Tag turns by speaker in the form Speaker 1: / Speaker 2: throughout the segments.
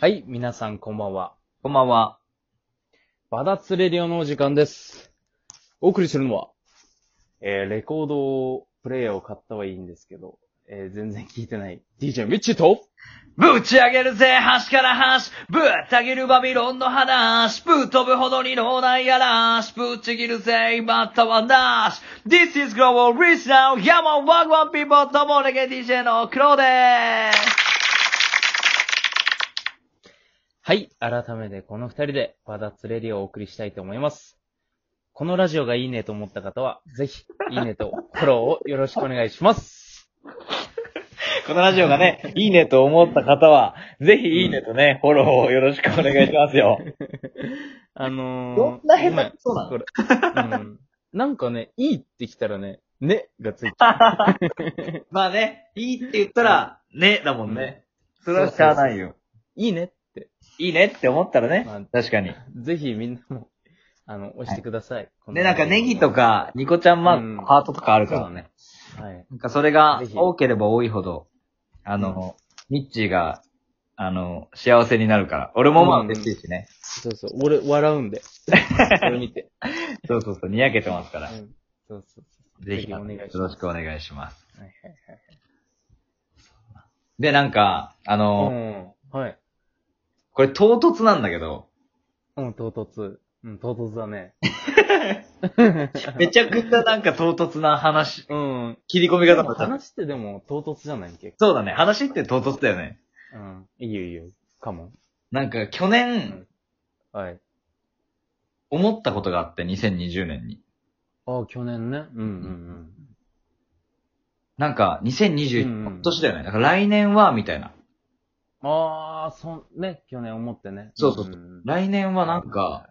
Speaker 1: はい、皆さんこんばんは。
Speaker 2: こんばんは。
Speaker 1: バダツレディオのお時間です。お送りするのは、えー、レコードプレイヤーを買ったはいいんですけど、えー、全然聞いてない DJ ミッチーと、
Speaker 2: ぶち上げるぜ、端から端。ぶった切るバビロンの話。ぶっ飛ぶほどに脳内やらし。ぶっちぎるぜ、またはなし。This is Global Reach Now, Yaman Wag One People ともレゲエ DJ のクローでーす。
Speaker 1: はい、改めてこの二人でバダツレディオをお送りしたいと思います。このラジオがいいねと思った方は、ぜひ、いいねとフォローをよろしくお願いし ます。
Speaker 2: このラジオがね、いいねと思った方は、ぜひいいねとね、フォローをよろしくお願いしますよ。
Speaker 1: あのー、
Speaker 2: どんな下手
Speaker 1: ごめん
Speaker 2: くそなの
Speaker 1: これ、うん。なんかね、いいってきたらね、ねがついて
Speaker 2: まあね、いいって言ったら、ね、だもんね。それはしゃあないよ。
Speaker 1: いいねって。
Speaker 2: いいねって思ったらね
Speaker 1: まあ、
Speaker 2: 確かに。
Speaker 1: ぜひみんなも、あの、押してください。この
Speaker 2: ね、なんかネギと。か、ニコちゃんマーク、
Speaker 1: うん
Speaker 2: ハートとかあるからね。
Speaker 1: はい。
Speaker 2: なんかそれが
Speaker 1: ぜひ
Speaker 2: 多ければ多いほど、あの、ミッチーが、あの、幸せになるから。俺もまあ
Speaker 1: うん
Speaker 2: 嬉しいしね。
Speaker 1: そうそう。俺、笑うん で。それ見て。
Speaker 2: そうそうそう、にやけてますか
Speaker 1: う
Speaker 2: ら。
Speaker 1: ん。そうそうそう。
Speaker 2: ぜひ、
Speaker 1: お
Speaker 2: よ
Speaker 1: 願いします。
Speaker 2: ろしくお願いします。
Speaker 1: はい
Speaker 2: で、なんか、あ
Speaker 1: は
Speaker 2: の、
Speaker 1: いはい。うん。はい。
Speaker 2: これ唐突なんだけ ど、
Speaker 1: うん、唐突。うん、唐突だね。
Speaker 2: めちゃくちゃなんか唐突な話、
Speaker 1: うん。
Speaker 2: 切り込み
Speaker 1: で
Speaker 2: 方
Speaker 1: も
Speaker 2: もた。
Speaker 1: 話ってでも唐突じゃない結
Speaker 2: そうだね、話って唐突だよね。
Speaker 1: 構。うん。いいよいいよ。かも。
Speaker 2: なんか去年、
Speaker 1: はい。
Speaker 2: 思ったことがあって、2020年に。
Speaker 1: ああ、去年ね。うんうん
Speaker 2: なんか、2020、
Speaker 1: うんうん
Speaker 2: 今年だよね。だから来年は、みたいな。
Speaker 1: うん。ああ、そん、ね、去年思ってね。
Speaker 2: そうそうそうん来年はなんか、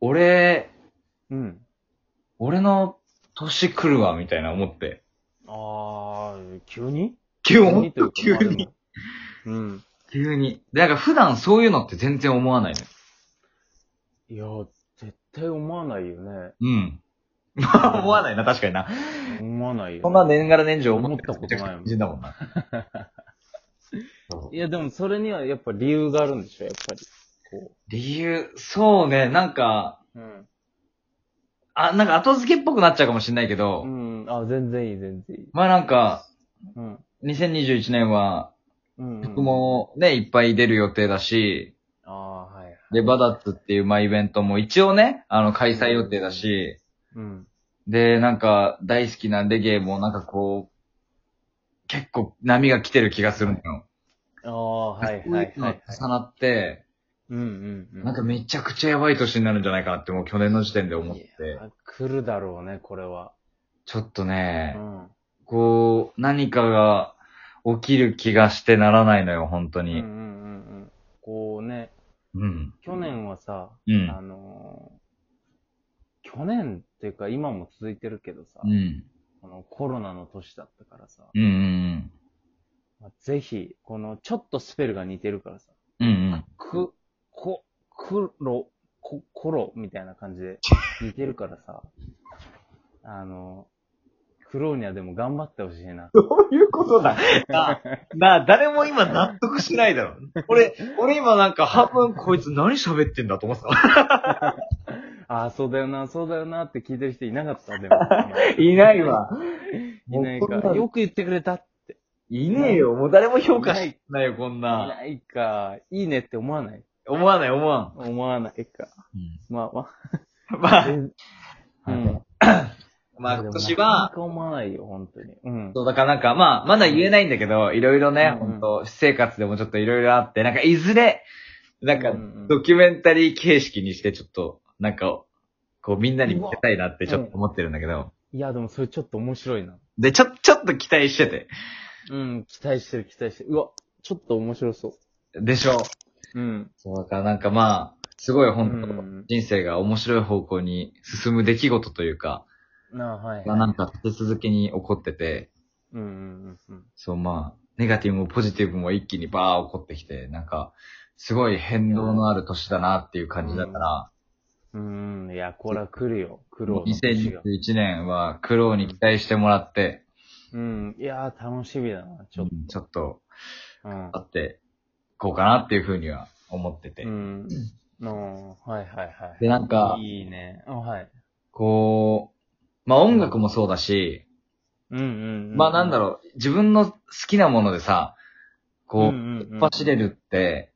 Speaker 2: 俺、
Speaker 1: うん。
Speaker 2: 俺の年来るわ、みたいな思って。
Speaker 1: ああ、急に
Speaker 2: 急
Speaker 1: 急
Speaker 2: に
Speaker 1: にという、か
Speaker 2: 急
Speaker 1: まあで
Speaker 2: に
Speaker 1: も。うん。
Speaker 2: 急に。でなんか普段そういうのって全然思わないの
Speaker 1: い
Speaker 2: よ。
Speaker 1: や、絶対思わないよね。
Speaker 2: うん。まあ 思わないな、確かにな。
Speaker 1: 思わないよ、ね。
Speaker 2: こんな年がら年中思
Speaker 1: 思
Speaker 2: っ
Speaker 1: ってたことないもん
Speaker 2: 人だもんな。 そう
Speaker 1: いや、でもそれにはやっぱ理由があるんでしょ、やっぱり。こ
Speaker 2: 理由、そうね、なんか、
Speaker 1: う。うん。
Speaker 2: あ、なんか後付けっぽくなっちゃうかもしれないけど、
Speaker 1: うん。あ、全然いい、全然いい。
Speaker 2: まあなんか、
Speaker 1: うん。
Speaker 2: 2021年は、
Speaker 1: うん、うん。
Speaker 2: 僕。もね、いっぱい出る予定だし、
Speaker 1: ああ、はい。
Speaker 2: で、バダッツっていうまあイベントも一応ね、あの、開催予定だし、
Speaker 1: うん。
Speaker 2: で、なんか、大好きなレゲエもなんかこう、結構波が来てる気がするのよ。
Speaker 1: ああ、はい、
Speaker 2: そう
Speaker 1: は
Speaker 2: いう
Speaker 1: い、
Speaker 2: の
Speaker 1: は
Speaker 2: が
Speaker 1: い。
Speaker 2: 重なって、
Speaker 1: うん、うん、うん。
Speaker 2: なんかめちゃくちゃやばい年になるんじゃないかなってもう去年の時点で思って、
Speaker 1: いや来るだろうね、これは。
Speaker 2: ちょっと
Speaker 1: う
Speaker 2: ね、
Speaker 1: ん。
Speaker 2: こう、何かが起きる気がしてならないのよ、本当
Speaker 1: うん、うん、う
Speaker 2: に。
Speaker 1: ん。うんこうね、
Speaker 2: うん。
Speaker 1: 去年はさ、
Speaker 2: うん
Speaker 1: あ。のー去年っていうか今も続いてるけどさ、
Speaker 2: うん。
Speaker 1: このコロナの年だったからさ、
Speaker 2: うん。うん。
Speaker 1: まあぜひ、このちょっとスペルが似てるからさ、
Speaker 2: うん。うん。
Speaker 1: く、こ、くろ、こ、ころみたいな感じで似てるからさ、 あの、クローニャでも頑張ってほしい な。
Speaker 2: どういうことだな、な、誰も今納得しないだろ。俺、俺今なんか半分こいつ何喋ってんだと思ってた。
Speaker 1: ああ、そうだよな、そうだよなって聞いてる人いなかった、でも。
Speaker 2: いないわ。
Speaker 1: いないか。よく言ってくれた。
Speaker 2: いねえよ。もう誰も評価してないよ、こん
Speaker 1: い
Speaker 2: な。
Speaker 1: ないか。いいねって思わない
Speaker 2: 思わない、思わ
Speaker 1: 思わないか。まあま
Speaker 2: ん。ま
Speaker 1: あ。
Speaker 2: あ、
Speaker 1: うん。
Speaker 2: まあ
Speaker 1: でも
Speaker 2: 今年
Speaker 1: なかな
Speaker 2: は、
Speaker 1: か思わないよ、本当に。うん。
Speaker 2: そう、だからなんか、まあ、まだ言えないんだけど、いろいろね、
Speaker 1: うんうん
Speaker 2: 本当私生活でもちょっといろいろあって、なんか、いずれ、なんか
Speaker 1: うんうん、
Speaker 2: ドキュメンタリー形式にして、ちょっと、なんか、こう、みんなに見せたいなって、ちょっと思ってるんだけど、
Speaker 1: いや、でもそれちょっと面白いな。
Speaker 2: で、ちょ、 ちょっと期待してて。
Speaker 1: うん、期待してる、期待してる。うわ、ちょっと面白そ
Speaker 2: でしょ
Speaker 1: う。うん。
Speaker 2: そう、だからなんかまあ、すごい本当、
Speaker 1: うん
Speaker 2: 人生が面白い方向に進む出来事というか、
Speaker 1: なあ、はい。
Speaker 2: がなんか立て続けに起こってて、
Speaker 1: うん、うん、うん。
Speaker 2: そうまあ、ネガティブもポジティブも一気にバー起こってきて、なんか、すごい変動のある年だなっていう感じだから、
Speaker 1: うん、うんいや、これは来るよ、苦
Speaker 2: も
Speaker 1: 労
Speaker 2: う
Speaker 1: の年が。
Speaker 2: 2021年は苦労に期待してもらって、
Speaker 1: うん、いやー、楽しみだな、ち
Speaker 2: ちょ
Speaker 1: ょっ
Speaker 2: っと、
Speaker 1: と。うん。
Speaker 2: あって、こうかなっていうふうには思ってて。
Speaker 1: うん。のはいはいはい。
Speaker 2: で、なんか、
Speaker 1: いいね。あ、はい。
Speaker 2: こう、まあ音楽もそうだし、
Speaker 1: うんうん、うん。
Speaker 2: まあなんだろう、自分の好きなものでさ、こう、
Speaker 1: ん
Speaker 2: 突っ走れるって、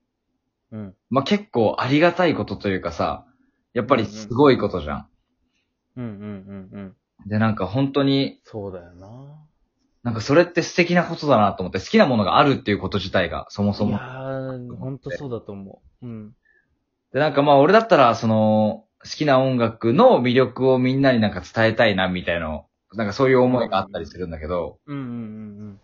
Speaker 1: うん。うん
Speaker 2: まあ結構ありがたいことというかさ、やっぱりすごいことじゃん。
Speaker 1: うんうんうんうん。
Speaker 2: で、なんか本当に、
Speaker 1: そうだよな。
Speaker 2: なんかそれって素敵なことだなと思って、好きなものがあるっていうこと自体が、そもそ
Speaker 1: いや
Speaker 2: も。
Speaker 1: ー、ほんとそうだと思う。うん。
Speaker 2: で、なんかまあ俺だったら、その、好きな音楽の魅力をみんなになんか伝えたいな、みたいな、なんかそういう思いがあったりするんだけど、
Speaker 1: うんうんうん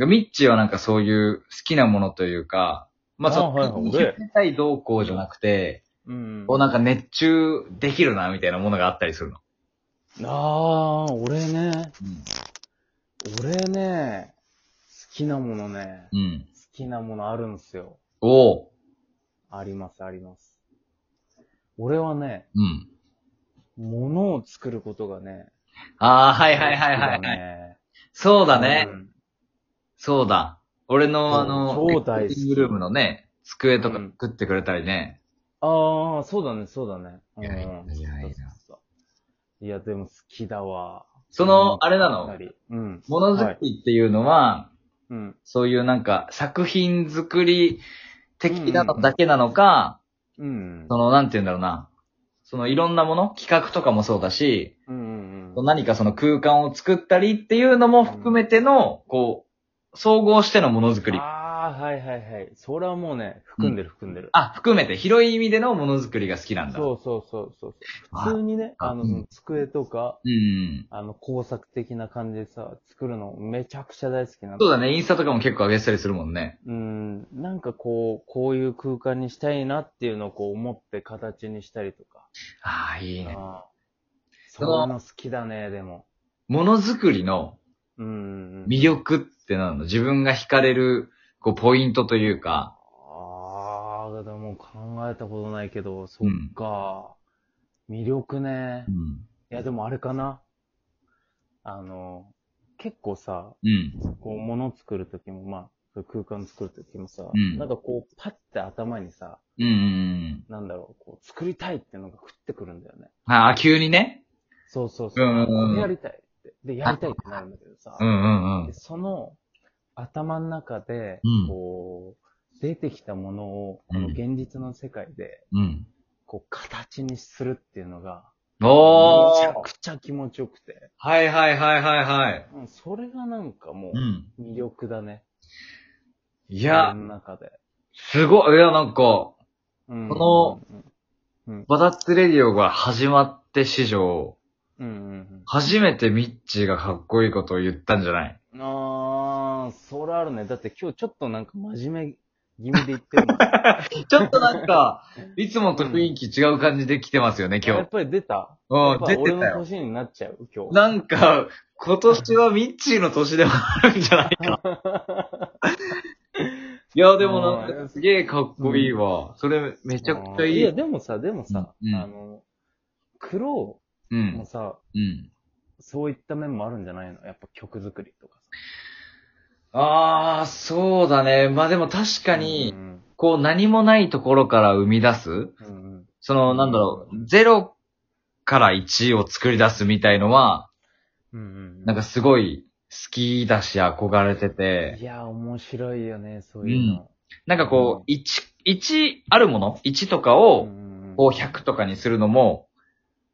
Speaker 2: がミッチーはなんかそういう好きなものというか、まあ、そ
Speaker 1: あはいはい
Speaker 2: の、見せたい動向じゃなくて、
Speaker 1: うん。うん。
Speaker 2: こうなんか熱中できるな、みたいなものがあったりするの。
Speaker 1: あー、俺ね。
Speaker 2: うん
Speaker 1: 俺ね、好きなものね。好
Speaker 2: うん。
Speaker 1: きなものあるんすよ。
Speaker 2: おう。
Speaker 1: ありますあります。俺はね、
Speaker 2: うん。
Speaker 1: 物を作ることがね。
Speaker 2: ああ、はいはいはいはい、
Speaker 1: 好き
Speaker 2: は
Speaker 1: だ
Speaker 2: い。
Speaker 1: ね。
Speaker 2: そうだね。
Speaker 1: うん
Speaker 2: そうだ。俺
Speaker 1: そう
Speaker 2: のあの、
Speaker 1: 超大好き
Speaker 2: リビングルームのね、机とか
Speaker 1: うん
Speaker 2: 作ってくれたりね。
Speaker 1: ああ、そうだね、そうだね。うん
Speaker 2: いやいやいやいや
Speaker 1: いや、でも好きだわ。
Speaker 2: その、あれなの
Speaker 1: やっぱ、りうん。
Speaker 2: ものづくりっていうのは、
Speaker 1: うん。
Speaker 2: そういうなんか作品作り的な
Speaker 1: うんうんう
Speaker 2: の
Speaker 1: ん
Speaker 2: だけなのか、
Speaker 1: うん。
Speaker 2: その、なんて言うんだろうな。そのいろんなもの企画とかもそうだし、
Speaker 1: うんうんうん。
Speaker 2: 何かその空間を作ったりっていうのも含めての、こう、総合してのものづくり。
Speaker 1: ああ、はいはいはい。それはもうね、含んでる含んでる。
Speaker 2: あ、含めて広い意味でのものづくりが好きなんだ。
Speaker 1: そうそうそうそう。普通にね、
Speaker 2: あ
Speaker 1: あ
Speaker 2: う
Speaker 1: の、
Speaker 2: ん
Speaker 1: その机とか、
Speaker 2: うん。
Speaker 1: あの、工作的な感じでさ、作るのめちゃくちゃ大好きなの
Speaker 2: そうだね、インスタとかも結構上げてたりするもんね。
Speaker 1: うん、なんかこう、こういう空間にしたいなっていうのをこう思って形にしたりとか。
Speaker 2: ああ、いいね。
Speaker 1: あーそ
Speaker 2: そうの
Speaker 1: いうの好きだね、でも。
Speaker 2: ものづくりの
Speaker 1: うん。
Speaker 2: 魅力ってなの自分が惹かれる、こう、ポイントというか、
Speaker 1: ああ、でも考えたことないけど、そっか。魅力ね。
Speaker 2: うん。
Speaker 1: いや、でもあれかな。あの、結構さ、
Speaker 2: うん。
Speaker 1: こう、物作るときも、まあ、空間作るときもさ、
Speaker 2: うん
Speaker 1: なんかこう、パッて頭にさ、
Speaker 2: うんうんうん。
Speaker 1: なんだろう、こう、作りたいってのが降ってくるんだよね。
Speaker 2: ああ、急にね。
Speaker 1: そうそうそう。
Speaker 2: うんうんうん
Speaker 1: これやりたいって。で、やりたいってなるんだけどさ、
Speaker 2: うんうんうん
Speaker 1: で。その頭の中で
Speaker 2: うん、
Speaker 1: こう、出てきたものを、
Speaker 2: う
Speaker 1: こ
Speaker 2: ん
Speaker 1: の現実の世界で、
Speaker 2: うん。
Speaker 1: こう、形にするっていうのが、
Speaker 2: お
Speaker 1: めちゃ
Speaker 2: ー
Speaker 1: くちゃ気持ちよくて、
Speaker 2: はいはいはいはいはい。
Speaker 1: うん、それがなんかも
Speaker 2: うん。
Speaker 1: う、魅力だね。
Speaker 2: い
Speaker 1: い
Speaker 2: や、
Speaker 1: の中で。
Speaker 2: すごい。いや、なんか、
Speaker 1: この
Speaker 2: こ
Speaker 1: うん、うん
Speaker 2: バダッツレディオが始まって史上、
Speaker 1: うんうん
Speaker 2: 初めてミッチーがかっこいいことを言ったんじゃない
Speaker 1: うん。あー、それあるね。だって今日ちょっとなんか真面目気味で言ってる もん
Speaker 2: ちょっとなんか、いつもと雰囲気違う感じで来てますよね、
Speaker 1: や
Speaker 2: 今
Speaker 1: っぱり出た。
Speaker 2: 日。うん、
Speaker 1: やっ
Speaker 2: 出
Speaker 1: ぱ
Speaker 2: て
Speaker 1: 俺
Speaker 2: た
Speaker 1: の
Speaker 2: よ。
Speaker 1: 年になっちゃう、今日。
Speaker 2: なんか、今年はミッチーの年でもあるんじ ゃないか。いや、でもなんか、すげえかっこいいわ。それ、めちゃくちゃいい。
Speaker 1: や、でもさ、でもさ、
Speaker 2: うんうん
Speaker 1: あの、苦労
Speaker 2: う
Speaker 1: も
Speaker 2: ん。
Speaker 1: さ、
Speaker 2: うん。
Speaker 1: そういった面もあるんじゃないのやっぱ曲作りとか
Speaker 2: ああ、そうだね。まあでも確
Speaker 1: さ。
Speaker 2: かに
Speaker 1: う、ん
Speaker 2: こう何もないところから生み出す、
Speaker 1: うんうん
Speaker 2: そのなんだろう、0から1を作り出すみたいのは、
Speaker 1: うんうん。
Speaker 2: なんかすごい好きだし憧れてて
Speaker 1: い、や、面白いよね、そういうの。
Speaker 2: なんかこう、1、1あるもの ?1 とかを、こう100とかにするのも、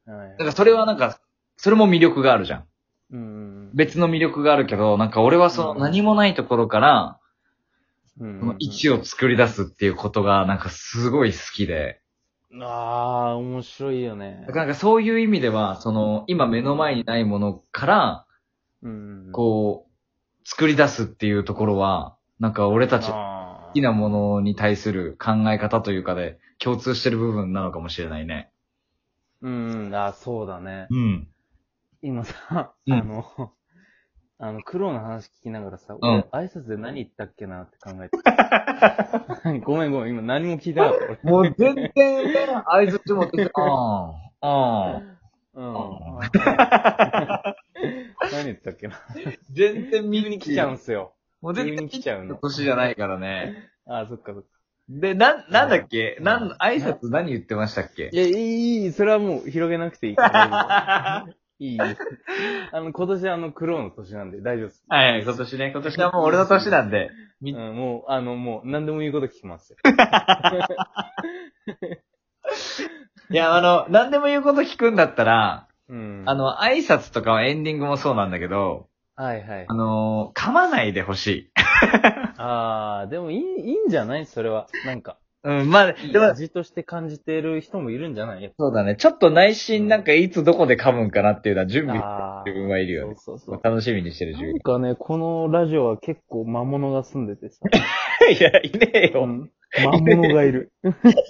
Speaker 1: うん、はい
Speaker 2: なんかそれはなんか、それも魅力があるじゃん。
Speaker 1: うんうんうん
Speaker 2: 別の魅力があるけど、なんか俺はその何もないところから、
Speaker 1: うん
Speaker 2: そ
Speaker 1: うんう
Speaker 2: の
Speaker 1: ん。
Speaker 2: 1を作り出すっていうことが、なんかすごい好きで、
Speaker 1: ああ、面白いよね
Speaker 2: だ。からなんかそういう意味では、その、今目の前にないものから、
Speaker 1: うんうん
Speaker 2: こう、作り出すっていうところは、なんか俺たち好
Speaker 1: 好
Speaker 2: きなものに対する考え方というかで、共通してる部分なのかもしれないね。
Speaker 1: うんうん、あーそうだね。
Speaker 2: うん。
Speaker 1: 今さ、
Speaker 2: うん
Speaker 1: あの、あの、苦労の話聞きながらさ、
Speaker 2: うん
Speaker 1: 俺、挨拶で何言ったっけなって考えて た。ごめんごめん、今何も聞いてなかった、俺。
Speaker 2: もう全然、合図って持ってて、 ああ、ああ。
Speaker 1: うん
Speaker 2: あ。
Speaker 1: 何言ったっけな。
Speaker 2: 全然見
Speaker 1: 急に来ちゃうん
Speaker 2: う。
Speaker 1: すよ。
Speaker 2: もう
Speaker 1: 急
Speaker 2: 全然
Speaker 1: に来ちゃうの。
Speaker 2: 年じゃないからね。
Speaker 1: あー、そっかそっか。
Speaker 2: で、なん、なんだっけなん、挨拶何言ってましたっけ
Speaker 1: いや、いい、いい、それはもう広げなくていいから。 いい、いい。あの、今年あの、苦労の年なんで大丈夫です。
Speaker 2: はい、今年ね、今年はもう俺の年なんで。
Speaker 1: うん、もう、あの、もう、何でも言うこと聞きますよ。
Speaker 2: いや、あの、何でも言うこと聞くんだったら、
Speaker 1: うん。
Speaker 2: あ、の、挨拶とかはエンディングもそうなんだけど、
Speaker 1: はいはい
Speaker 2: あ。の、噛まないでほしい。
Speaker 1: あー、でもいい、いいんじゃないそれは。なんか、
Speaker 2: うん、まあ、
Speaker 1: い
Speaker 2: で
Speaker 1: い
Speaker 2: も、
Speaker 1: 味として感じてる人もいるんじゃないやっ
Speaker 2: そうだね。ちょっと内心なんかいつどこで噛むんかなっていうのは準
Speaker 1: ぱ
Speaker 2: 備
Speaker 1: あ
Speaker 2: 自分はいるよね。
Speaker 1: そうそうそう。
Speaker 2: 楽しみにしてる自
Speaker 1: なんかね、このラジオは結構魔物が住んでてさ。
Speaker 2: 分。 いや、いねえ
Speaker 1: う
Speaker 2: よ。
Speaker 1: ん、魔物がい る。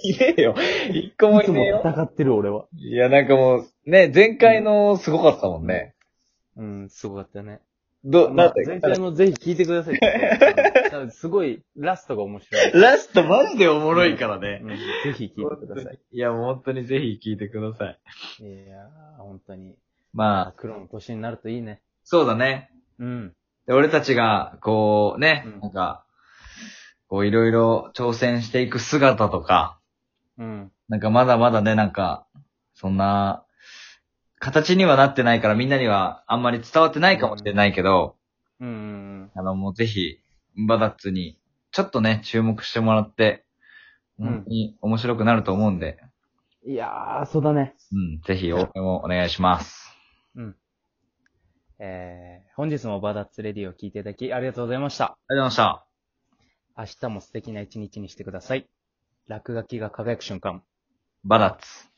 Speaker 2: いねえよ。一個も
Speaker 1: い
Speaker 2: い
Speaker 1: つ
Speaker 2: ねえ
Speaker 1: も
Speaker 2: よ。
Speaker 1: 戦ってる俺は。
Speaker 2: いや、なんかもう、ね、前回のすごかったもんね。
Speaker 1: うん、すごかったね。
Speaker 2: ど、なんだ
Speaker 1: 前回もぜひ聞いてくださ い。多分すごい、ラストが面白い。
Speaker 2: ラストマジでおもろいからね
Speaker 1: う。ん、ぜひ聞いてください。
Speaker 2: いや、もう本当にぜひ聞いてください。
Speaker 1: いやー、本当に。
Speaker 2: まあ、
Speaker 1: 黒の年になるといいね。
Speaker 2: そうだね。
Speaker 1: うん。
Speaker 2: で俺たちが、こうね、
Speaker 1: うん
Speaker 2: なんか、こういろいろ挑戦していく姿とか、
Speaker 1: うん。
Speaker 2: なんかまだまだね、なんか、そんな、形にはなってないからみんなにはあんまり伝わってないかもしれないけど、
Speaker 1: うんうん
Speaker 2: あの、もうぜひ、バダッツに、ちょっとね、注目してもらって、
Speaker 1: うん
Speaker 2: 本当に面白くなると思うんで、
Speaker 1: うん。いやー、そうだね。
Speaker 2: うん、ぜひ応援をお願いします。
Speaker 1: うん。えー、本日もバダッツレディを聞いていただきありがとうございました。
Speaker 2: ありがとうございました。
Speaker 1: 明日も素敵な一日にしてください。落書きが輝く瞬間。
Speaker 2: バダッツ。